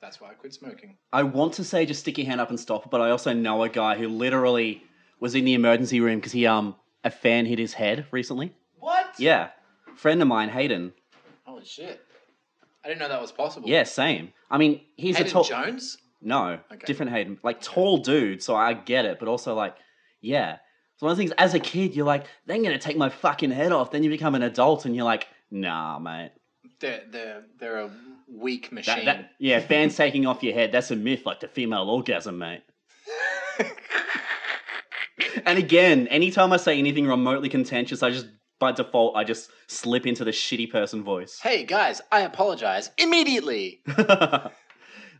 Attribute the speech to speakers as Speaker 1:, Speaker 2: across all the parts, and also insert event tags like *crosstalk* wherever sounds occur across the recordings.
Speaker 1: That's why I quit smoking.
Speaker 2: I want to say just stick your hand up and stop, but I also know a guy who literally was in the emergency room because he um a fan hit his head recently.
Speaker 1: What?
Speaker 2: Yeah, friend of mine, Hayden.
Speaker 1: Holy shit. I didn't know that was possible.
Speaker 2: Yeah, same. I mean, he's
Speaker 1: Hayden
Speaker 2: a tall.
Speaker 1: Jones?
Speaker 2: No,
Speaker 1: Okay.
Speaker 2: different Hayden. Like tall dude, so I get it, but also like, yeah. It's one of the things as a kid, you're like, they're gonna take my fucking head off. Then you become an adult and you're like, nah, mate.
Speaker 1: They're, they're, they're a weak machine.
Speaker 2: That, that, yeah, fans taking off your head, that's a myth, like the female orgasm, *laughs* mate. And again, anytime I say anything remotely contentious, I just by default I just slip into the shitty person voice. *laughs*
Speaker 1: hey, guys, I apologize immediately.
Speaker 2: no,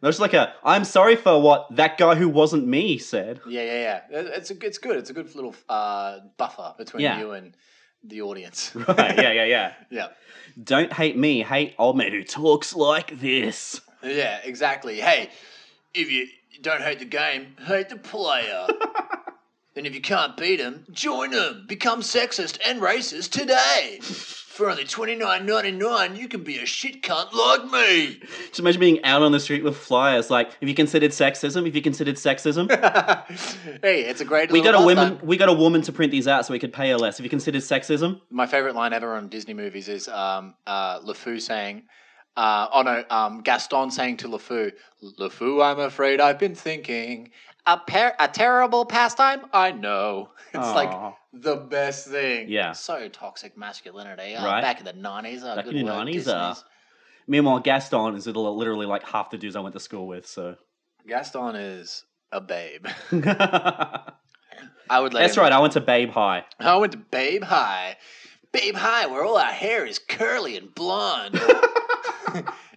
Speaker 2: it's like a I'm sorry for what that guy who wasn't me said.
Speaker 1: Yeah, yeah, yeah. It- It's a, it's good. It's a good little uh, buffer between
Speaker 2: Yeah.
Speaker 1: you and the audience.
Speaker 2: *laughs*
Speaker 1: *laughs*
Speaker 2: Right, yeah, yeah, yeah.
Speaker 1: yeah,
Speaker 2: Don't hate me, hate old man who talks like this.
Speaker 1: yeah, exactly. Hey, if you don't hate the game, hate the player.
Speaker 2: *laughs*
Speaker 1: and if you can't beat him, join him. Become sexist and racist
Speaker 2: *laughs*
Speaker 1: today. For only twenty nine ninety nine, you can be a shit cunt like
Speaker 2: *laughs*
Speaker 1: me.
Speaker 2: Just imagine being out on the street with flyers like, have you considered sexism? Have you considered sexism?
Speaker 1: hey, it's a great.
Speaker 2: We got
Speaker 1: little
Speaker 2: a
Speaker 1: buffer.
Speaker 2: woman we got a woman to print these out so we could pay her less. Have you considered sexism?
Speaker 1: my favorite line ever on Disney movies is um, uh, LeFou saying, uh, oh no, um, Gaston saying to LeFou, LeFou, I'm afraid I've been thinking. A, per- a terrible pastime? I know. *laughs* It's like
Speaker 2: Aw.
Speaker 1: the best thing.
Speaker 2: Yeah.
Speaker 1: So toxic masculinity. Oh,
Speaker 2: Right.
Speaker 1: Back in the 90s. Oh,
Speaker 2: Back
Speaker 1: good
Speaker 2: in the
Speaker 1: work,
Speaker 2: 90s,
Speaker 1: Disneys.
Speaker 2: uh, Meanwhile, Gaston is little- literally like half the dudes I went to school
Speaker 3: *laughs*
Speaker 2: with, so
Speaker 1: Gaston is a babe.
Speaker 2: That's
Speaker 1: I would let him-
Speaker 2: right. I went to Babe High.
Speaker 1: I went to Babe High. Babe High, where all our hair is curly and *laughs* blonde.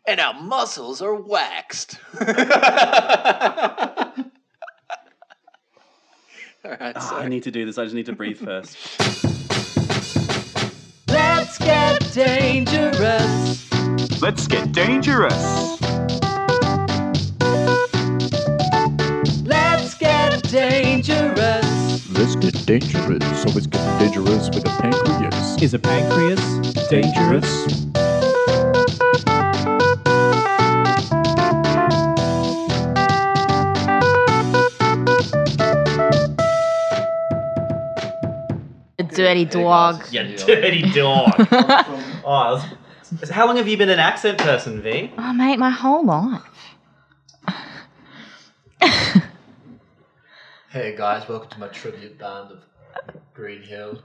Speaker 1: and our muscles are *laughs* waxed. all right,
Speaker 2: Ah, I
Speaker 1: so
Speaker 2: need to do this. I just need to breathe first. Let's get dangerous.
Speaker 3: *laughs* Let's get dangerous.
Speaker 2: Let's get dangerous.
Speaker 4: Let's get dangerous. Always get dangerous with a pancreas.
Speaker 5: Is a pancreas dangerous?
Speaker 6: A dirty dog.
Speaker 2: You dirty
Speaker 3: *laughs*
Speaker 2: dog. oh, that was- how long have you been an accent person, V?
Speaker 6: Oh, mate, my whole life.
Speaker 1: Hey guys, welcome to my tribute band of Green Hill.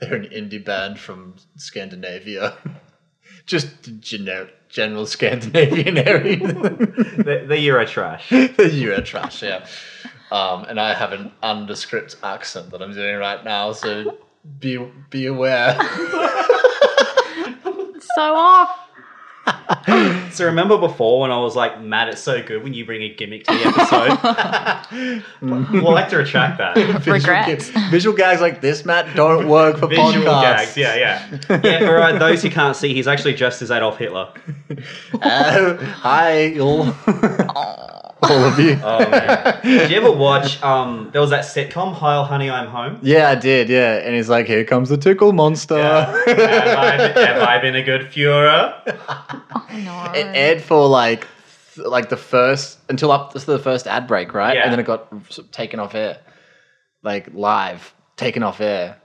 Speaker 1: They're an indie band from Scandinavia. *laughs* Just general, general Scandinavian *laughs* area. *laughs*
Speaker 2: The, the Euro trash.
Speaker 1: You're trash, yeah. Um, and I have an underscript accent that I'm doing right now, so be be aware. *laughs*
Speaker 6: So off.
Speaker 2: So remember before when I was like, "Matt, it's so good when you bring a gimmick to the episode." we'll like to retract that.
Speaker 6: *laughs* Regrets.
Speaker 1: Visual, visual gags like this, Matt, don't work for
Speaker 2: Visual
Speaker 1: podcasts.
Speaker 2: gags, yeah,
Speaker 1: *laughs*
Speaker 2: yeah, yeah. For uh, those who can't see, he's actually dressed as Adolf Hitler.
Speaker 1: Oh, hi, all. *laughs*
Speaker 4: All of you.
Speaker 2: Oh, man. Did you ever watch? Um, there was that sitcom, "Heil, Honey, I'm Home."
Speaker 1: Yeah, I did. Yeah, and he's like, "Here comes the tickle monster." *laughs*
Speaker 2: have, I, have I been a good Führer?
Speaker 6: No.
Speaker 1: It aired for like, th- like the first until up to the first ad break, right?
Speaker 2: Yeah.
Speaker 1: And then it got s- taken off air, like live taken off air.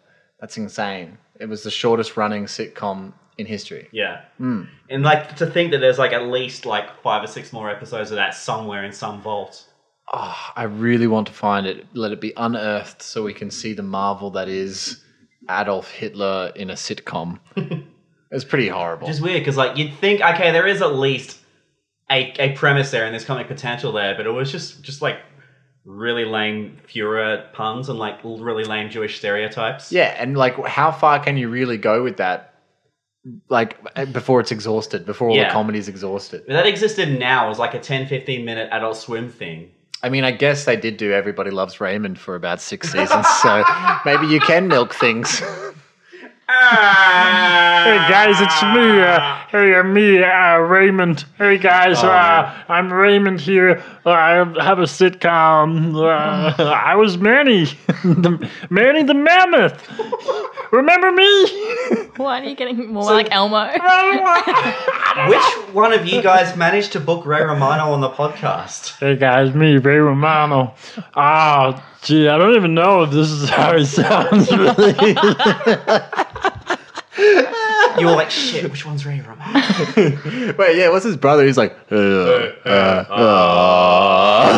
Speaker 1: That's insane. It was the shortest running sitcom in history.
Speaker 2: Yeah. And like to think that there's like at least like five or six more episodes of that somewhere in some vault.
Speaker 1: I really want to find it. Let it be unearthed so we can see the marvel that is Adolf Hitler in a sitcom. it's pretty horrible.
Speaker 2: Which is weird because like you'd think, okay, there is at least a, a premise there and there's comic potential there, but it was just just like really lame Führer puns and like l- really lame Jewish stereotypes.
Speaker 1: yeah, and like, how far can you really go with that? Like eh, before it's exhausted, before all
Speaker 2: Yeah.
Speaker 1: the comedy's exhausted.
Speaker 2: But that existed now as like a 10, 15 minute Adult Swim thing.
Speaker 1: I mean, I guess they did do Everybody Loves Raymond for about six seasons, so maybe you can milk things. *laughs*
Speaker 5: Hey guys, it's me. Uh, hey, uh, me, uh, Raymond. Hey guys, uh, I'm Raymond here. Uh, I have a *laughs* sitcom. Uh, I was Manny, the, Manny the Mammoth. Remember me?
Speaker 6: Why are you getting more like Elmo?
Speaker 2: Which one of you guys managed to book Ray Romano on the podcast?
Speaker 5: hey guys, me, Ray Romano. Ah, gee, I don't even know if this is how it *laughs* sounds really.
Speaker 2: You were like, shit, which one's Ray Romano?
Speaker 1: Wait, yeah, what's his brother? He's like, uh, uh,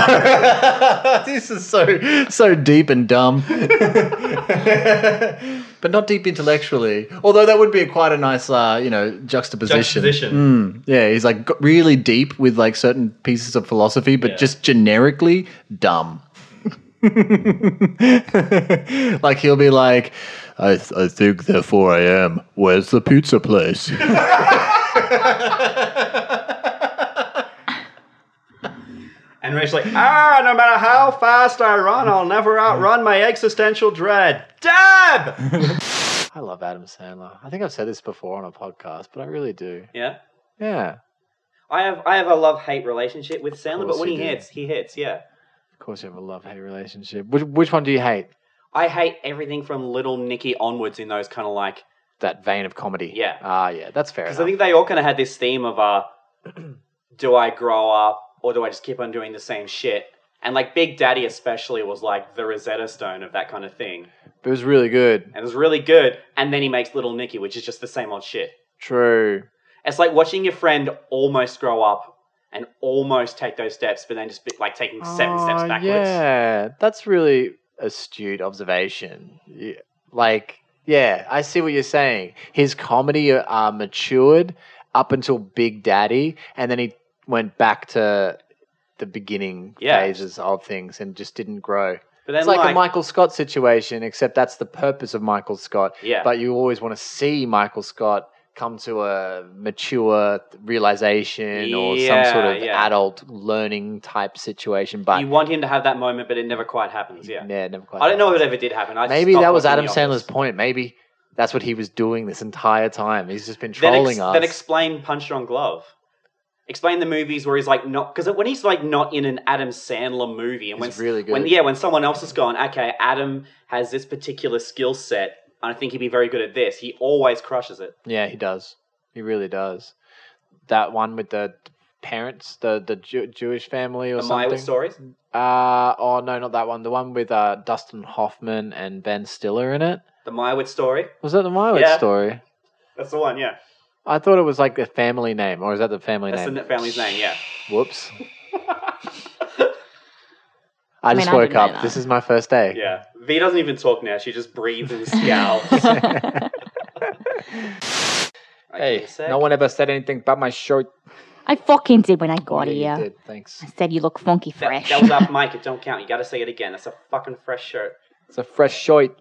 Speaker 1: uh. *laughs* this is so so deep and dumb, *laughs* but not deep intellectually. Although that would be quite a nice, uh, you know, juxtaposition.
Speaker 2: Juxtaposition.
Speaker 1: Yeah, he's like g- really deep with like certain pieces of philosophy, but
Speaker 2: Yeah.
Speaker 1: just generically dumb. *laughs* like he'll be like, I, th- I think therefore I am. Where's the pizza place? *laughs*
Speaker 2: And Ray's like, ah, no matter how fast I run, I'll never outrun my existential dread. Dab!
Speaker 1: I love Adam Sandler. I think I've said this before on a podcast, but I really do.
Speaker 2: yeah.
Speaker 1: Yeah,
Speaker 2: I have I have a love hate relationship with Sandler, but
Speaker 1: course
Speaker 2: when he
Speaker 1: you do.
Speaker 2: hits, he hits, yeah.
Speaker 1: of course you have a love hate relationship. Which which one do you hate?
Speaker 2: I hate everything from Little Nicky onwards in those kind of like
Speaker 1: That vein of comedy.
Speaker 2: Yeah.
Speaker 1: Ah, yeah, that's fair.
Speaker 2: Because
Speaker 1: enough.
Speaker 2: I think they all kind of had this theme of, uh, *clears throat* do I grow up or do I just keep on doing the same shit? And like Big Daddy, especially, was like the Rosetta Stone of that kind of thing.
Speaker 1: it was really good.
Speaker 2: And it was really good. And then he makes Little Nicky, which is just the same old shit.
Speaker 1: True.
Speaker 2: It's like watching your friend almost grow up and almost take those steps, but then just be, like taking seven steps
Speaker 1: Oh,
Speaker 2: backwards.
Speaker 1: Yeah, that's really astute observation. Y- Like, yeah, I see what you're saying. His comedy uh, uh, matured up until Big Daddy, and then he went back to the beginning
Speaker 2: Yeah.
Speaker 1: phases of things and just didn't grow.
Speaker 2: But then
Speaker 1: it's like,
Speaker 2: like,
Speaker 1: a Michael Scott situation, except that's the purpose of Michael Scott.
Speaker 2: yeah,
Speaker 1: But you always want to see Michael Scott come to a mature realization or some sort
Speaker 2: Yeah,
Speaker 1: of
Speaker 2: yeah.
Speaker 1: adult learning type situation. But
Speaker 2: you want him to have that moment, but it never quite happens. Yeah,
Speaker 1: yeah, never quite.
Speaker 2: I don't know if it ever did happen. I
Speaker 1: Maybe
Speaker 2: stopped
Speaker 1: that was
Speaker 2: watching
Speaker 1: Adam
Speaker 2: The
Speaker 1: Sandler's
Speaker 2: Office.
Speaker 1: point. Maybe that's what he was doing this entire time. He's just been
Speaker 2: Then,
Speaker 1: trolling
Speaker 2: ex-
Speaker 1: us.
Speaker 2: then explain Punch Drunk Glove. Explain the movies where he's like not because when he's like not in an Adam Sandler movie and when
Speaker 1: He's really good.
Speaker 2: when yeah when someone else has gone okay Adam has this particular skill set and I think he'd be very good at this he always crushes it
Speaker 1: yeah, he does. He really does. That one with the parents, the the Jew- Jewish family or
Speaker 2: the
Speaker 1: something.
Speaker 2: Mywood stories
Speaker 1: Uh oh no, not that one. The one with uh, Dustin Hoffman and Ben Stiller in it.
Speaker 2: the Mywood story
Speaker 1: Was that the Mywood
Speaker 2: Yeah.
Speaker 1: story?
Speaker 2: that's the one yeah
Speaker 1: I thought it was like the family name, or is that the family
Speaker 2: that's
Speaker 1: name?
Speaker 2: the family's
Speaker 1: *laughs*
Speaker 2: name yeah *laughs*
Speaker 1: Whoops. I,
Speaker 6: mean,
Speaker 1: just
Speaker 6: I
Speaker 1: woke
Speaker 6: didn't know
Speaker 1: up.
Speaker 6: that.
Speaker 1: This is my first day.
Speaker 2: yeah V doesn't even talk now she just breathes and scowls
Speaker 1: *laughs*
Speaker 2: Okay,
Speaker 1: Hey,
Speaker 2: sec.
Speaker 1: no one ever said anything about my shirt.
Speaker 6: I fucking did when I got
Speaker 1: Yeah, you
Speaker 6: here.
Speaker 1: did. Thanks.
Speaker 6: I said you look funky
Speaker 2: that,
Speaker 6: fresh.
Speaker 2: that was off mic it don't count you gotta say it again that's a fucking fresh shirt
Speaker 1: It's a fresh shirt.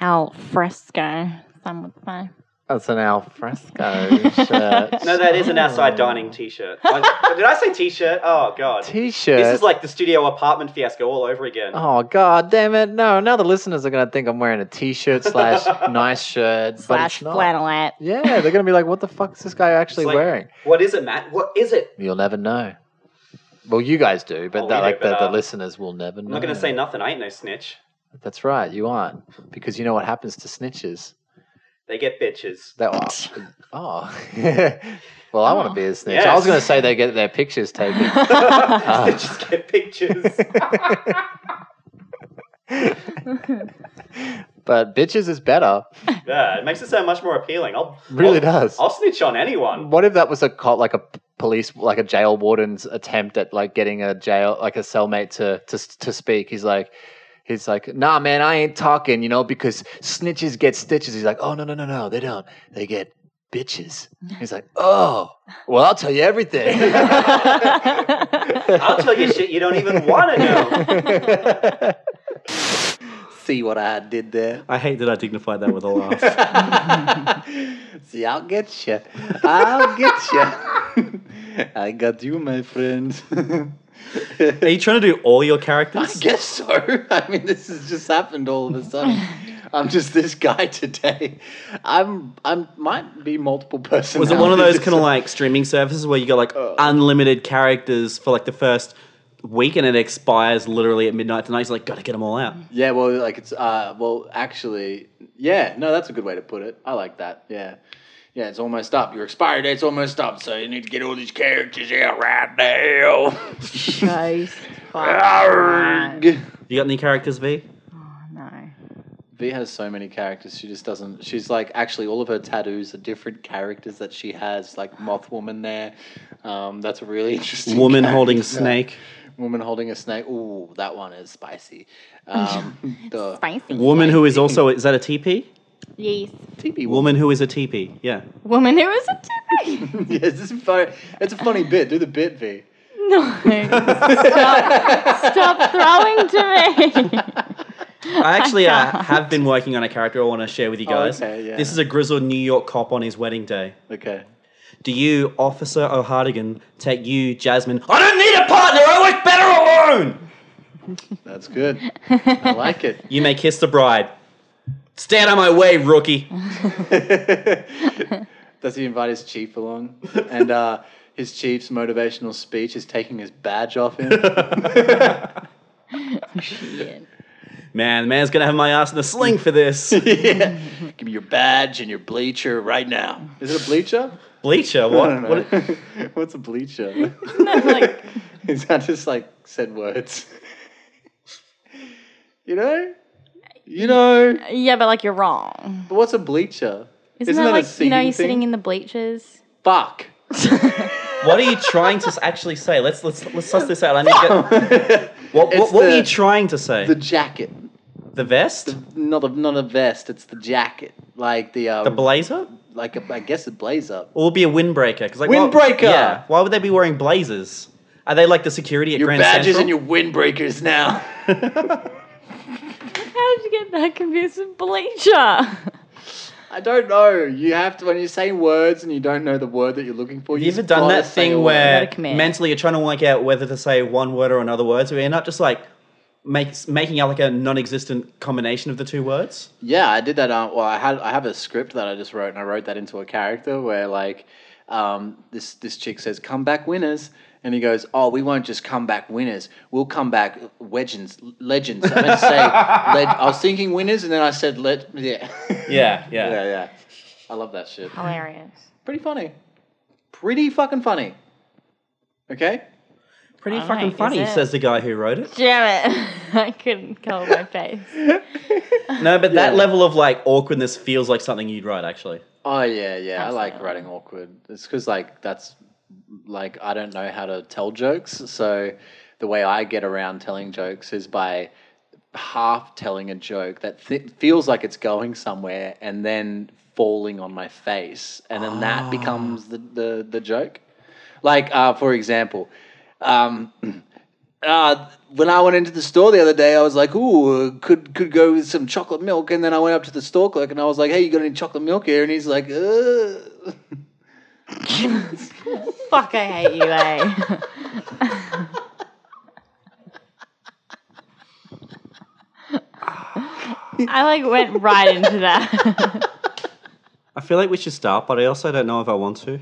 Speaker 6: Al fresco. Some would say.
Speaker 1: That's an alfresco shirt.
Speaker 2: *laughs* No, that is an
Speaker 1: Oh.
Speaker 2: outside dining t-shirt. I- did I say t-shirt? Oh god.
Speaker 1: T-shirt.
Speaker 2: This is like the studio apartment fiasco all over again.
Speaker 1: Oh god, damn it! No, now the listeners are gonna think I'm wearing a
Speaker 2: *laughs*
Speaker 1: T-shirt slash nice shirt, but
Speaker 6: Slash
Speaker 1: it's not. *laughs*
Speaker 6: flannelette.
Speaker 1: Yeah, they're gonna be like, "What the fuck is this guy actually
Speaker 2: like-
Speaker 1: wearing?"
Speaker 2: What is it, Matt? What is it?
Speaker 1: You'll never know. Well, you guys do, but
Speaker 2: Oh,
Speaker 1: the,
Speaker 2: we do,
Speaker 1: like
Speaker 2: but,
Speaker 1: the,
Speaker 2: uh,
Speaker 1: the listeners will never know.
Speaker 2: I'm not gonna say nothing. I ain't no snitch.
Speaker 1: That's right, you aren't, because you know what happens to snitches.
Speaker 2: They get
Speaker 1: *laughs*
Speaker 2: bitches. *laughs*
Speaker 1: That oh, *laughs* well, I want to be a snitch. I
Speaker 2: Yes.
Speaker 1: was gonna say they get their pictures taken.
Speaker 2: Snitches get
Speaker 1: *laughs*
Speaker 2: pictures.
Speaker 1: But bitches is better.
Speaker 2: yeah, it makes it sound much more appealing. I'll
Speaker 1: Really
Speaker 2: I'll-
Speaker 1: does.
Speaker 2: I'll snitch on anyone.
Speaker 1: What if that was a cop, like a p- police, like a jail warden's attempt at like getting a jail, like a cellmate to to s- to speak? He's like, he's like, nah, man, I ain't talking, you know, because snitches get stitches. He's like, oh no no no no, they don't, they get bitches. He's like, oh, well, I'll tell you everything. *laughs*
Speaker 2: I'll tell you shit you don't even want to know.
Speaker 1: *laughs* See what I did there.
Speaker 2: I hate that I dignified that with a laugh. *laughs*
Speaker 1: See, I'll get you. I'll get you. *laughs* I got you, my friend. *laughs*
Speaker 2: Are you trying to do all your
Speaker 1: I
Speaker 2: characters?
Speaker 1: guess so. I mean, this has just happened all of a sudden. I'm just this guy today. I'm I'm might be multiple personalities.
Speaker 7: Was
Speaker 1: *laughs* Uh.
Speaker 7: it one of those kind of like streaming services where you got like unlimited characters for like the first
Speaker 2: week, and it expires literally at midnight tonight. He's like, gotta get them all out.
Speaker 1: Yeah, well, like it's uh, well, actually, yeah, no, that's a good way to put it. I like that. Yeah, yeah, it's almost up. Your expiry date's almost up, so you need to get all these characters out right now. *laughs*
Speaker 6: Ghost. Fuck.
Speaker 1: Arrgh.
Speaker 2: You got any characters, V?
Speaker 6: Oh, no.
Speaker 1: V has so many characters. She just doesn't. She's like actually all of her tattoos are different characters that she has. Like Mothwoman there. Um, that's a really interesting
Speaker 2: Woman
Speaker 1: character.
Speaker 2: holding snake.
Speaker 1: Woman holding a snake. Ooh, that one is spicy. Um, the
Speaker 6: Spicy.
Speaker 2: Woman who is also is that a TP?
Speaker 6: Yes.
Speaker 1: TV
Speaker 2: Woman who is a TP. Yeah.
Speaker 6: Woman who is a tippy.
Speaker 1: *laughs* yeah, this is funny. It's a funny bit. Do the bit, V.
Speaker 6: *laughs* No. Stop, stop throwing to me.
Speaker 2: I actually
Speaker 1: *laughs*
Speaker 2: uh, have been working on a character I want to share with you guys.
Speaker 1: okay, yeah.
Speaker 2: This is a grizzled New York cop on his wedding day.
Speaker 1: Okay.
Speaker 2: Do you, Officer O'Hardigan, take you, Jasmine? I don't need a partner. I was better alone.
Speaker 1: That's good. I like it.
Speaker 2: *laughs* You may kiss the bride. Stand out of my way, rookie.
Speaker 1: Does he invite his chief along? And uh, his chief's motivational speech is taking his badge off
Speaker 2: *laughs*
Speaker 1: him. *laughs*
Speaker 6: *laughs* Shit.
Speaker 2: *laughs* Man, the man's gonna have my ass in a sling
Speaker 1: *laughs*
Speaker 2: for this.
Speaker 1: yeah. Give me your badge and your bleacher right now. Is it a bleacher?
Speaker 2: Bleacher,
Speaker 1: I *laughs*
Speaker 2: what?
Speaker 1: don't
Speaker 2: what
Speaker 1: know. What's a
Speaker 2: *laughs*
Speaker 1: bleacher?
Speaker 6: like-
Speaker 1: *laughs* Is that just like said words? *laughs* you know? You know?
Speaker 6: Yeah, but like you're wrong.
Speaker 1: But what's a bleacher?
Speaker 6: Isn't,
Speaker 1: Isn't
Speaker 6: that,
Speaker 1: that a
Speaker 6: like you know
Speaker 1: singing
Speaker 6: you're sitting
Speaker 1: thing?
Speaker 6: in the bleachers?
Speaker 1: Fuck. *laughs*
Speaker 2: what are you trying to s- actually say? Let's let's let's suss this out. I need
Speaker 1: *laughs*
Speaker 2: to get, what what,
Speaker 1: It's
Speaker 2: what were
Speaker 1: the-
Speaker 2: you trying to say?
Speaker 1: The
Speaker 2: The,
Speaker 1: jacket.
Speaker 2: vest?
Speaker 1: Not a not a vest, it's the jacket. Like the um,
Speaker 2: The blazer?
Speaker 1: like a, I guess a blazer.
Speaker 2: Or would be a windbreaker? 'Cause, like,
Speaker 1: Windbreaker!
Speaker 2: Why, yeah. Why would they be wearing blazers? Are they like the security at
Speaker 1: Your
Speaker 2: Grand
Speaker 1: badges
Speaker 2: Central?
Speaker 1: and your windbreakers now. *laughs*
Speaker 6: How did you get that confused with bleacher?
Speaker 1: I don't know. You have to when you're saying words and you don't know the word that you're looking for.
Speaker 2: you ever done
Speaker 1: gotta
Speaker 2: that
Speaker 1: say a
Speaker 2: thing
Speaker 1: word.
Speaker 2: where
Speaker 6: Gotta commit.
Speaker 2: mentally you're trying to work out whether to say one word or another word, so you end up just like makes making out like a non-existent combination of the two words?
Speaker 1: Yeah, I did that. Um, well, I had I have a script that I just wrote, and I wrote that into a character where like um, this this chick says, "Come back winners," and he goes, "Oh, we won't just come back winners. We'll come back legends. Legends." I meant to say, led, I was thinking winners, and then I said, "Let yeah,
Speaker 2: Yeah,
Speaker 1: *laughs*
Speaker 2: yeah.
Speaker 1: yeah, yeah." I love that shit.
Speaker 6: Hilarious.
Speaker 1: Pretty funny. Pretty fucking funny. Okay.
Speaker 2: Pretty
Speaker 6: All
Speaker 2: fucking
Speaker 6: right, is
Speaker 2: funny,
Speaker 6: it?
Speaker 2: says the guy who wrote
Speaker 4: *laughs*
Speaker 2: it.
Speaker 6: Damn it. *laughs* I couldn't cover my face.
Speaker 2: No, but
Speaker 1: Yeah.
Speaker 2: that level of like awkwardness feels like something you'd write actually.
Speaker 1: Oh yeah, yeah. I like
Speaker 6: Absolutely.
Speaker 1: writing awkward. It's because like that's like I don't know how to tell jokes, so the way I get around telling jokes is by half telling a joke that th- feels like it's going somewhere and then falling on my face, and then that becomes the the, the joke. Like uh, for example, um, uh, when I went into the store the other day, I was like, "Ooh, uh, could could go with some chocolate milk." And then I went up to the store clerk and I was like, "Hey, you got any chocolate milk here?" And he's like, "Uh." *laughs*
Speaker 6: Fuck, I hate you, eh? I like went right into that. *laughs*
Speaker 2: I feel like we should start, but I also don't know if I want to.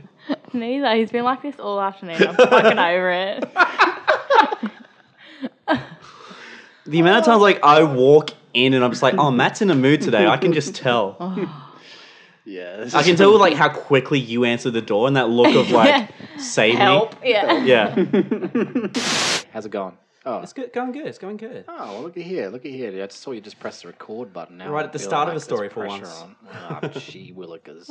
Speaker 6: Neither. He's been like this all afternoon. I'm fucking over it.
Speaker 2: The amount of
Speaker 4: Oh.
Speaker 2: times like I walk in and I'm just like, oh, Matt's in a mood today. I can just
Speaker 4: *laughs* Oh.
Speaker 2: tell.
Speaker 1: Yeah, this
Speaker 2: I
Speaker 1: is-
Speaker 2: can tell like how quickly you answer the door and that look of
Speaker 4: *laughs*
Speaker 2: like, save
Speaker 6: Help.
Speaker 2: me.
Speaker 6: Yeah.
Speaker 2: Yeah,
Speaker 4: How's it going? Oh,
Speaker 2: it's good, going good. It's going good.
Speaker 4: oh well, look at here, look at here. dude. I just saw you just press the record button. Now
Speaker 2: Right
Speaker 4: I
Speaker 2: at the
Speaker 4: feel
Speaker 2: start of a
Speaker 4: there's
Speaker 2: story for
Speaker 4: pressure
Speaker 2: once.
Speaker 4: on. Oh,
Speaker 2: *laughs*
Speaker 4: gee willikers.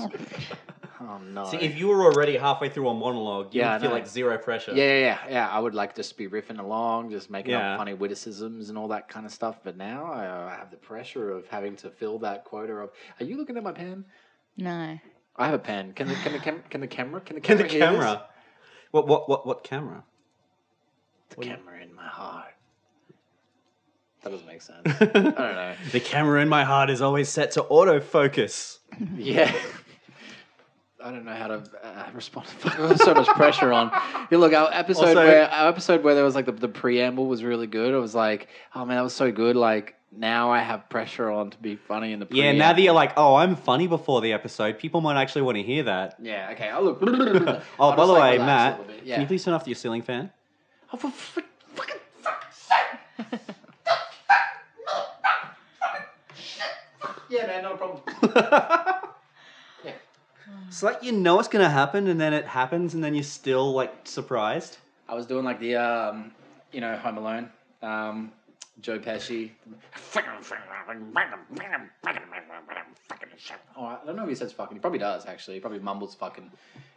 Speaker 4: Oh no.
Speaker 2: See, if you were already halfway through a monologue, you
Speaker 4: Yeah,
Speaker 2: would
Speaker 4: I
Speaker 2: feel
Speaker 4: know.
Speaker 2: like zero pressure.
Speaker 4: Yeah, yeah, yeah, yeah. I would like just be riffing along, just making
Speaker 2: Yeah.
Speaker 4: up funny witticisms and all that kind of stuff. But now I, I have the pressure of having to fill that quota of. Are you looking at my pen?
Speaker 6: No.
Speaker 4: I have a pen. Can the can the cam- can the camera can
Speaker 2: *laughs*
Speaker 4: the
Speaker 2: Can
Speaker 4: camera
Speaker 2: the
Speaker 4: hear this?
Speaker 2: camera? What? What? What? What camera? *laughs*
Speaker 4: The camera in my heart. That doesn't make sense.
Speaker 2: *laughs*
Speaker 4: I don't know.
Speaker 2: The camera in my heart is always set to autofocus.
Speaker 4: Yeah. I don't know how to uh, respond. *laughs* Fuck, there's so much pressure on. Yeah, look, our episode
Speaker 2: Also-
Speaker 4: where our episode where there was like the, the preamble was really good. It was like, oh man, that was so good. Like now I have pressure on to be funny in the
Speaker 2: Yeah,
Speaker 4: preamble.
Speaker 2: now that you're like, oh, I'm funny before the episode, people might actually want to
Speaker 1: *laughs*
Speaker 2: hear that.
Speaker 4: yeah. Okay,
Speaker 2: *laughs*
Speaker 4: I'll look.
Speaker 2: Oh, by the way, Matt,
Speaker 1: *laughs*
Speaker 4: Yeah.
Speaker 2: can you please turn off your ceiling fan?
Speaker 4: Oh, for, for, fucking
Speaker 1: Yeah, man, no problem.
Speaker 2: It's like you know what's gonna happen, and then it happens, and then you're still like surprised.
Speaker 1: I was doing like the, um, you know, Home Alone, um, Joe Pesci. Oh, I don't know if he says fucking. He probably does actually. He probably mumbles fucking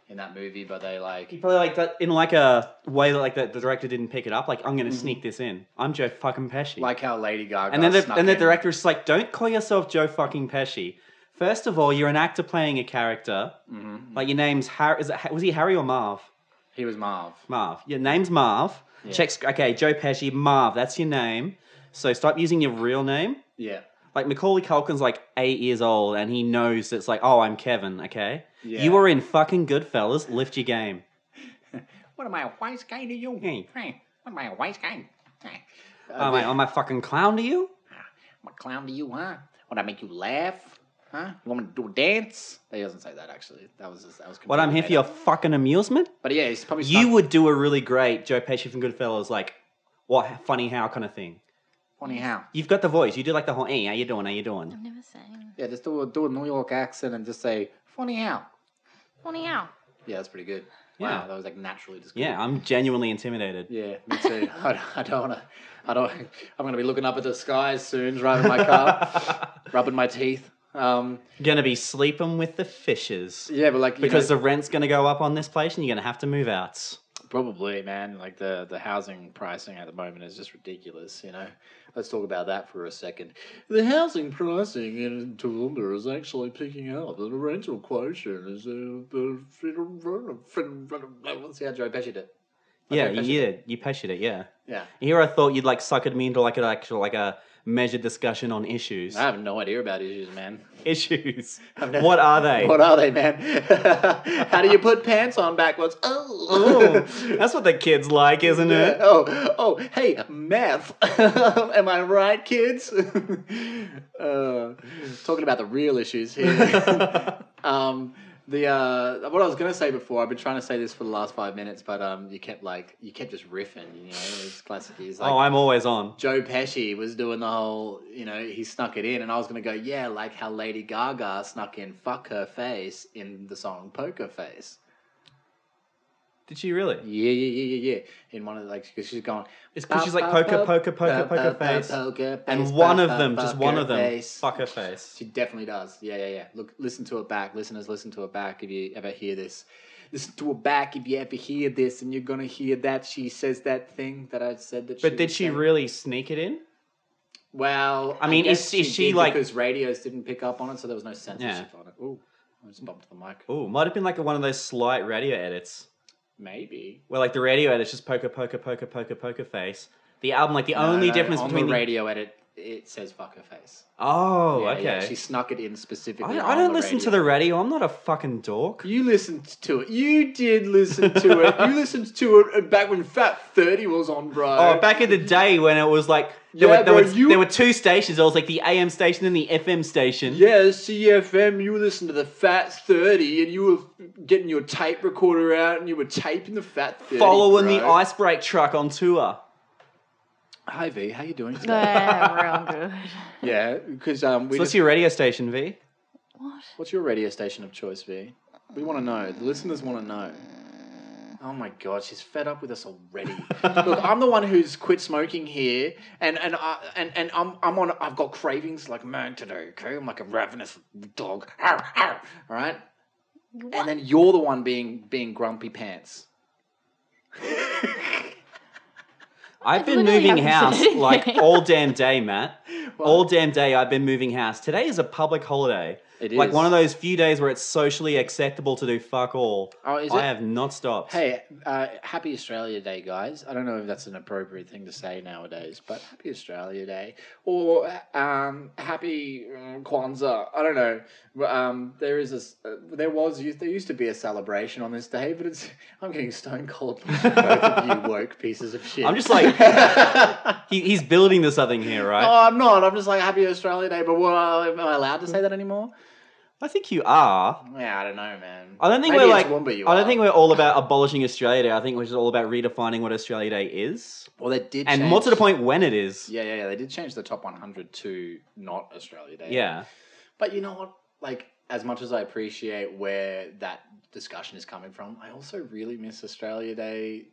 Speaker 1: in that movie, but they like.
Speaker 2: You probably like that in like a way that like that the director didn't pick it up. Like I'm gonna sneak this in. I'm Joe fucking Pesci.
Speaker 1: Mm-hmm. Like how Lady Gaga
Speaker 2: and then the,
Speaker 1: snuck
Speaker 2: and the
Speaker 1: in.
Speaker 2: director is like, don't call yourself Joe fucking Pesci. First of all, you're an actor playing a character.
Speaker 1: Mm-hmm.
Speaker 2: Like your name's Harry. Is it Ha- was he Harry or Marv?
Speaker 1: He was Marv.
Speaker 2: Marv. Your name's Marv. Checks. Okay, Joe Pesci. Marv. That's your name. So stop using your real name.
Speaker 1: Yeah.
Speaker 2: Like Macaulay Culkin's like eight years old and he knows that it's like, oh, I'm Kevin. Okay,
Speaker 1: Yeah.
Speaker 2: you are in fucking Goodfellas. Lift your game.
Speaker 1: *laughs* What am I, a white guy to you?
Speaker 2: Hey.
Speaker 1: Hey, what am I, a white guy? Hey,
Speaker 2: am, I, am I fucking clown to you?
Speaker 1: I'm a clown to Uh, you, huh? Would I make you laugh? Huh? You want me to do a dance? He doesn't say that actually. That was just, that was.
Speaker 2: What I'm here
Speaker 1: completely
Speaker 2: for
Speaker 1: made
Speaker 2: your
Speaker 1: up.
Speaker 2: fucking amusement?
Speaker 1: But yeah, he's probably
Speaker 2: You
Speaker 1: stuck-
Speaker 2: would do a really great Joe Pesci from Goodfellas, like what funny how kind of thing.
Speaker 1: funny how.
Speaker 2: You've got the voice. You do like the whole hey, how you doing? How you doing?
Speaker 6: I've never seen.
Speaker 1: Yeah, just do a, do a New York accent and just say funny how.
Speaker 6: Funny how.
Speaker 1: Yeah, that's pretty good.
Speaker 2: Yeah.
Speaker 1: Wow, that was like naturally just. Good.
Speaker 2: Yeah, I'm genuinely intimidated.
Speaker 1: Yeah, me too. I, don't- I don't want to. I don't. I'm going to be looking up at the skies soon, driving *laughs* my car,
Speaker 2: *laughs*
Speaker 1: rubbing my teeth. Um,
Speaker 2: Gonna be sleeping with the fishes.
Speaker 1: yeah, but like you
Speaker 2: Because
Speaker 1: know,
Speaker 2: the rent's gonna go up on this place and you're gonna have to move out.
Speaker 1: probably, man, like the the housing pricing at the moment is just ridiculous. You know, let's talk about that for a second. The housing pricing in Toowoomba is actually picking up, and the rental quotient is. Uh, see how Joe Pesci did. it.
Speaker 2: Yeah,
Speaker 1: Okay,
Speaker 2: you
Speaker 1: Pesci.
Speaker 2: yeah, you peshed it, yeah.
Speaker 1: Yeah.
Speaker 2: Here I thought you'd like suckered me into like an actual like a measured discussion on issues.
Speaker 1: I have no idea about issues, man.
Speaker 2: *laughs* Issues.
Speaker 1: never-
Speaker 2: What are they?
Speaker 1: What are they, man? *laughs* How do you put pants on backwards?
Speaker 2: Ooh,
Speaker 1: Oh,
Speaker 2: that's what the kids like, isn't
Speaker 1: Yeah.
Speaker 2: it?
Speaker 1: *laughs* oh, oh, hey, meth. *laughs* Am I right, kids? *laughs* uh, talking about the real issues here. um, the uh, what I was gonna say before, I've been trying to say this for the last five minutes, but um, you kept like you kept just riffing. You know, it's classic. It's like,
Speaker 2: oh, I'm always on.
Speaker 1: Joe Pesci was doing the whole, you know, he snuck it in, and I was gonna go, yeah, like how Lady Gaga snuck in "fuck her face" in the song "Poker Face."
Speaker 2: Did she really?
Speaker 1: Yeah, yeah, yeah, yeah, yeah. In one of the, like, because she's going,
Speaker 2: It's 'cause she's like, "Poker, poker, poker, poker face." And one of them, just one of them, fuck her face.
Speaker 1: She definitely does. Yeah, yeah, yeah. Look, listen to it back, listeners. Listen to it back if you ever hear this. Listen to it back if you ever hear this, and you're gonna hear that she says that thing that I said that.
Speaker 2: But did
Speaker 1: was
Speaker 2: she
Speaker 1: saying.
Speaker 2: really sneak it in?
Speaker 1: Well,
Speaker 2: I mean,
Speaker 1: guess
Speaker 2: is- is she
Speaker 1: did
Speaker 2: like-
Speaker 1: because radios didn't pick up on it, so there was no censorship on it. Ooh, I just bumped the mic.
Speaker 2: Ooh, might have been like one of those slight radio edits
Speaker 1: Maybe
Speaker 2: where like the radio edit's just poker, poker, poker, poker, poker face. The album, like the only
Speaker 1: No, no,
Speaker 2: difference
Speaker 1: on
Speaker 2: between
Speaker 1: the
Speaker 2: the
Speaker 1: radio edit, it says "fuck her face."
Speaker 2: Oh,
Speaker 1: Yeah,
Speaker 2: okay.
Speaker 1: yeah, she snuck it in specifically.
Speaker 2: I, I
Speaker 1: on
Speaker 2: don't
Speaker 1: the
Speaker 2: listen to
Speaker 1: radio.
Speaker 2: the radio. I'm not a fucking dork.
Speaker 1: You listened to it. You did listen to it.
Speaker 2: *laughs*
Speaker 1: You listened to it back when Fat Thirty was on, bro.
Speaker 2: Oh, back in the day when it was like
Speaker 1: Yeah,
Speaker 2: there, were, there,
Speaker 1: bro,
Speaker 2: was,
Speaker 1: you-
Speaker 2: there were two stations. There was like the AM station and the FM station.
Speaker 1: Yeah, CFM, you listened to the Fat 30 and you were getting your tape recorder out and you were taping the Fat 30.
Speaker 2: following the
Speaker 1: bro.
Speaker 2: ice break truck on tour.
Speaker 1: Hi, V, how you doing today?
Speaker 6: They're real *laughs* good.
Speaker 1: Yeah, because um, we
Speaker 2: So what's
Speaker 1: just,
Speaker 2: your radio station, V?
Speaker 6: What?
Speaker 1: what's your radio station of choice, V? We want to know. The listeners want to know. Oh my God, she's fed up with us already. Look, I'm the one who's quit smoking here, and and I and, and I'm I'm on. I've got cravings like man today. Okay, I'm like a ravenous dog. Arr, arr, all right, and then you're the one being being grumpy pants.
Speaker 2: I've been
Speaker 6: literally
Speaker 2: moving
Speaker 6: haven't
Speaker 2: house
Speaker 6: said
Speaker 2: like
Speaker 6: anything.
Speaker 2: all damn day, Matt.
Speaker 1: *laughs*
Speaker 2: All damn day, I've been moving house. Today is a public holiday.
Speaker 1: It
Speaker 2: Like
Speaker 1: is.
Speaker 2: one of those few days where it's socially acceptable to do fuck all.
Speaker 1: Oh, is
Speaker 2: I
Speaker 1: it?
Speaker 2: have not stopped.
Speaker 1: Hey, uh, happy Australia Day, guys. I don't know if that's an appropriate thing to say nowadays, but happy Australia Day. Or um, happy um, Kwanzaa. I don't know. But, Um, there is a, s- uh, there was, used- there used to be a celebration on this day, but it's, *laughs* I'm getting stone cold from both of
Speaker 2: *laughs*
Speaker 1: you woke pieces of shit.
Speaker 2: I'm
Speaker 1: *laughs*
Speaker 2: just like he, he's building
Speaker 1: Oh.
Speaker 2: to something here, right?
Speaker 1: no, I'm not. I'm just like, happy Australia Day, but what, am I allowed to say that anymore?
Speaker 2: I think you are.
Speaker 1: Yeah, I don't know, man.
Speaker 2: I don't think
Speaker 1: Maybe
Speaker 2: we're
Speaker 1: it's
Speaker 2: like.
Speaker 1: Womba you
Speaker 2: I don't
Speaker 1: are.
Speaker 2: think we're all about abolishing Australia Day. I think we're just all about redefining what Australia Day is,
Speaker 1: Well, they did.
Speaker 2: and
Speaker 1: change,
Speaker 2: more to the point, when it is.
Speaker 1: Yeah, yeah, yeah. They did change the top 100 to not Australia Day.
Speaker 2: Yeah.
Speaker 1: But you know what? Like, as much as I appreciate where that discussion is coming from, I also really miss Australia Day,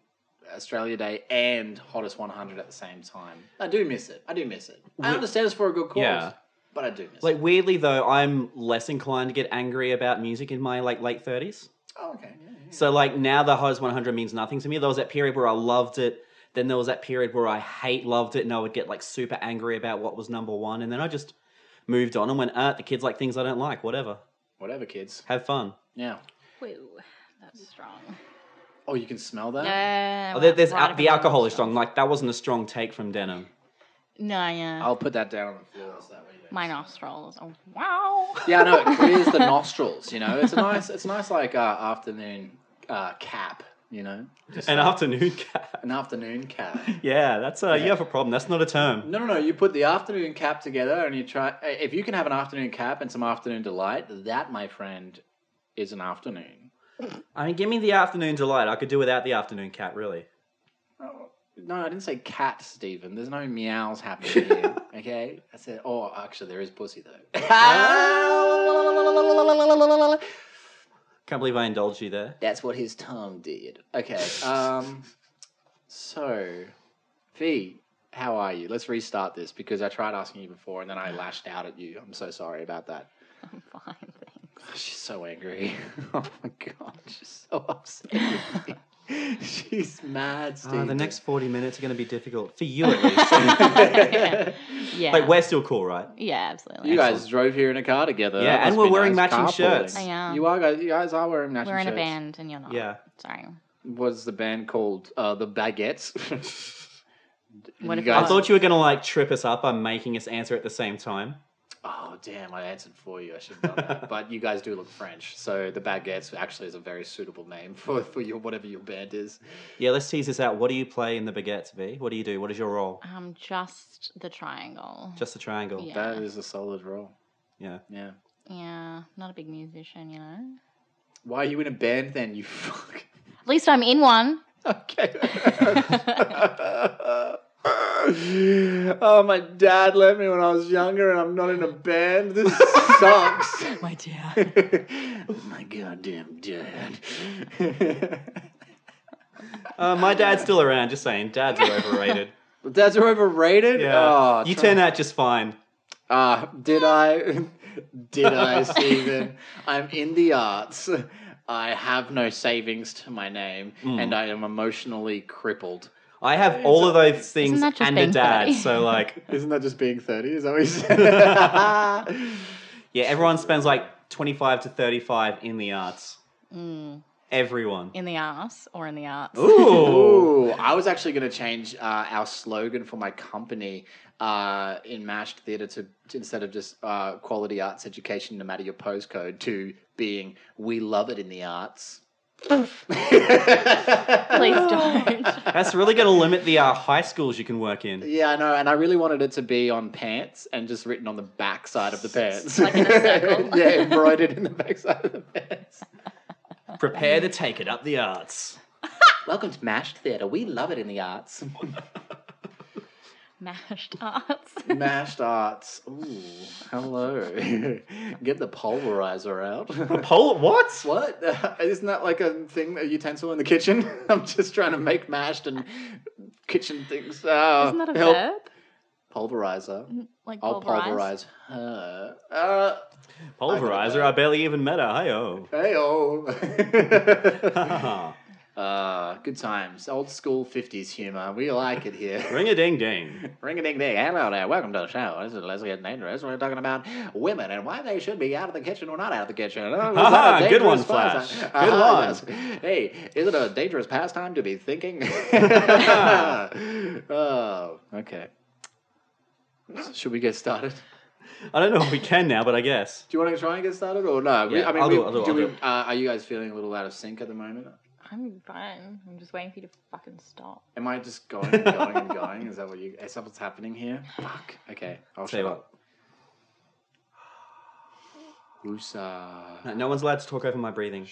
Speaker 1: Australia Day, and Hottest 100 at the same time. I do miss it. I do miss it. I
Speaker 2: We-
Speaker 1: understand it's for a good cause,
Speaker 2: Yeah.
Speaker 1: but I do miss it.
Speaker 2: Like weirdly though, I'm less inclined to get angry about music in my like late thirties.
Speaker 1: Oh, okay. Yeah, yeah.
Speaker 2: So like now the Hottest 100 means nothing to me. There was that period where I loved it. Then there was that period where I hate loved it, and I would get like super angry about what was number one. And then I just moved on and went, ah, the kids like things I don't like. Whatever,
Speaker 1: Whatever, kids.
Speaker 2: have fun.
Speaker 1: Yeah.
Speaker 6: Woo, that's strong.
Speaker 1: Oh, you can smell that?
Speaker 6: Yeah.
Speaker 2: Oh, there- there's
Speaker 6: right
Speaker 2: al- the
Speaker 6: up
Speaker 2: alcohol is
Speaker 6: against
Speaker 2: strong. Like that wasn't a strong take from Denim.
Speaker 6: it. No, yeah.
Speaker 2: Oh.
Speaker 1: I'll put that down on the floor so that way you don't
Speaker 6: My nostrils. Oh, wow. *laughs*
Speaker 1: Yeah, I know. It clears the nostrils. You know, it's a nice, it's a nice like uh, afternoon uh, cap. You know, Just
Speaker 2: An afternoon *laughs* cap.
Speaker 1: an afternoon cap.
Speaker 2: Yeah, that's uh, you have a problem. That's not a term.
Speaker 1: No, no, no. You put the afternoon cap together, and you try. If you can have an afternoon cap and some afternoon delight, that, my friend, is an afternoon.
Speaker 2: I mean, give me the afternoon delight. I could do without the afternoon cap, really.
Speaker 1: Oh, No, I didn't say cat, Stephen. There's no meows happening here. Okay, I said. Oh, actually, there is pussy though.
Speaker 2: Can't believe I indulged you there.
Speaker 1: That's what his tongue did. Okay. Um. so, V, how are you? Let's restart this because I tried asking you before and then I lashed out at you. I'm so sorry about that. *sighs*
Speaker 6: I'm fine. thanks.
Speaker 1: She's so angry. *laughs* oh my god, she's so upset. *laughs* with me. she's mad. Steve.
Speaker 2: Ah,
Speaker 1: *laughs*
Speaker 2: the next *laughs* 40 minutes are going to be difficult for you at least.
Speaker 6: yeah. Yeah.
Speaker 2: like, we're still cool, right?
Speaker 6: yeah, absolutely.
Speaker 1: You guys drove here in a car together.
Speaker 2: Yeah,
Speaker 1: That
Speaker 2: and
Speaker 1: must
Speaker 2: we're
Speaker 1: be
Speaker 2: wearing
Speaker 1: nice
Speaker 2: matching
Speaker 1: carpooling.
Speaker 2: shirts.
Speaker 6: I am.
Speaker 1: You are guys. You guys are wearing matching.
Speaker 6: We're in a
Speaker 1: shirts.
Speaker 6: band and you're not.
Speaker 2: Yeah.
Speaker 6: Sorry.
Speaker 1: What's the band called? Uh, the Baguettes. *laughs*
Speaker 6: What
Speaker 1: You
Speaker 6: if
Speaker 1: guys-
Speaker 2: I thought you were going to, like, trip us up by making us answer at the same time.
Speaker 1: Oh damn! I answered for you. I should have done *laughs* that. but you guys do look French, so the baguettes actually is a very suitable name for, for your whatever your band is.
Speaker 2: Yeah, let's tease this out. What do you play in the baguettes, V? What do you do? What is your role?
Speaker 6: Um, just the triangle.
Speaker 2: Just a triangle.
Speaker 6: Yeah.
Speaker 1: That is a solid role.
Speaker 2: Yeah.
Speaker 1: Yeah.
Speaker 6: Yeah, not a big musician, you know.
Speaker 1: Why are you in a band then? You fuck. *laughs*
Speaker 6: At least I'm in one.
Speaker 1: Okay. *laughs* oh, my dad left me when I was younger, and I'm not in a band. This sucks.
Speaker 6: *laughs* My dear.
Speaker 1: *laughs* oh my goddamn *laughs* dad.
Speaker 2: Uh, my dad's still around, just saying. Dads are overrated.
Speaker 1: But dads are overrated.
Speaker 2: *laughs* Yeah.
Speaker 1: Oh,
Speaker 2: you
Speaker 1: try-
Speaker 2: turn out just fine.
Speaker 1: Ah, did *laughs* I? did I, Stephen? I'm in the arts. I have no savings to my name, and I am emotionally crippled.
Speaker 2: I have all of those things
Speaker 6: that just
Speaker 2: and a
Speaker 6: being
Speaker 2: dad,
Speaker 6: funny?
Speaker 2: so,
Speaker 6: *laughs*
Speaker 2: like,
Speaker 1: Isn't that just being thirty? Is that what you said? *laughs*
Speaker 2: yeah, everyone spends, like, 25 to 35 in the arts. Everyone.
Speaker 6: Mm. In the arse or in the arts.
Speaker 2: Ooh.
Speaker 1: Ooh, I was actually going to change uh, our slogan for my company uh, in Mashed Theatre to to instead of just uh, quality arts education, no matter your postcode, to being we love it in the arts.
Speaker 6: *laughs*
Speaker 1: *laughs*
Speaker 6: Please don't. *laughs*
Speaker 2: That's really going to limit the uh, high schools you can work in.
Speaker 1: Yeah, I know, and I really wanted it to be on pants and just written on the back side of the pants.
Speaker 6: Like in a circle.
Speaker 1: *laughs* yeah, embroidered in the back side of the pants.
Speaker 2: Prepare to take it up the arts.
Speaker 1: Welcome to Mashed Theatre. We love it in the arts. *laughs*
Speaker 6: Mashed arts.
Speaker 1: Uh, Mashed arts. Ooh, hello. *laughs* Get the pulverizer out. *laughs*
Speaker 2: Pol- what?
Speaker 1: What? *laughs* Isn't that like a thing, a utensil in the kitchen? *laughs* I'm just trying to make mashed and kitchen things. Oh,
Speaker 6: Isn't that a
Speaker 1: help.
Speaker 6: verb?
Speaker 1: Pulverizer.
Speaker 6: Like
Speaker 1: I'll
Speaker 6: pulverize.
Speaker 1: pulverize her. Uh,
Speaker 2: Pulverizer, I barely even met her. Hey, oh.
Speaker 1: hey, *laughs* oh.
Speaker 2: Ah,
Speaker 1: Uh, good times. Old school 50s humor. We like it
Speaker 2: *laughs*
Speaker 1: here.
Speaker 2: Ring a ding ding.
Speaker 1: Ring a ding ding. Hello there. Welcome to the show. This is Let's Get Dangerous. We're talking about women and why they should be out of the kitchen or not out of the
Speaker 2: *laughs*
Speaker 1: kitchen. Oh, is
Speaker 2: Ha
Speaker 1: that a
Speaker 2: ha, good
Speaker 1: dangerous
Speaker 2: one,
Speaker 1: pastime?
Speaker 2: Flash.
Speaker 1: *laughs*
Speaker 2: Good
Speaker 1: Ah,
Speaker 2: one.
Speaker 1: yes. Hey, is it a dangerous pastime to be
Speaker 2: *laughs*
Speaker 1: thinking? oh, okay. Should we get started?
Speaker 2: I don't know if we can now, but I guess.
Speaker 1: Do you want to try and get started or no? We-
Speaker 2: Yeah,
Speaker 1: I mean,
Speaker 2: I'll
Speaker 1: we,
Speaker 2: do it, I'll do it, I'll
Speaker 1: we,
Speaker 2: do
Speaker 1: uh,
Speaker 2: it.
Speaker 1: are you guys feeling a little out of sync at the moment?
Speaker 6: I'm fine. I'm just waiting for you to fucking stop.
Speaker 1: Am I just going and going and going? Is that what you? Is that what's happening here? Fuck. Okay. I'll
Speaker 2: Tell you
Speaker 1: shut
Speaker 2: what.
Speaker 1: up. Woosa. uh,
Speaker 2: No, no one's allowed to talk over my breathing.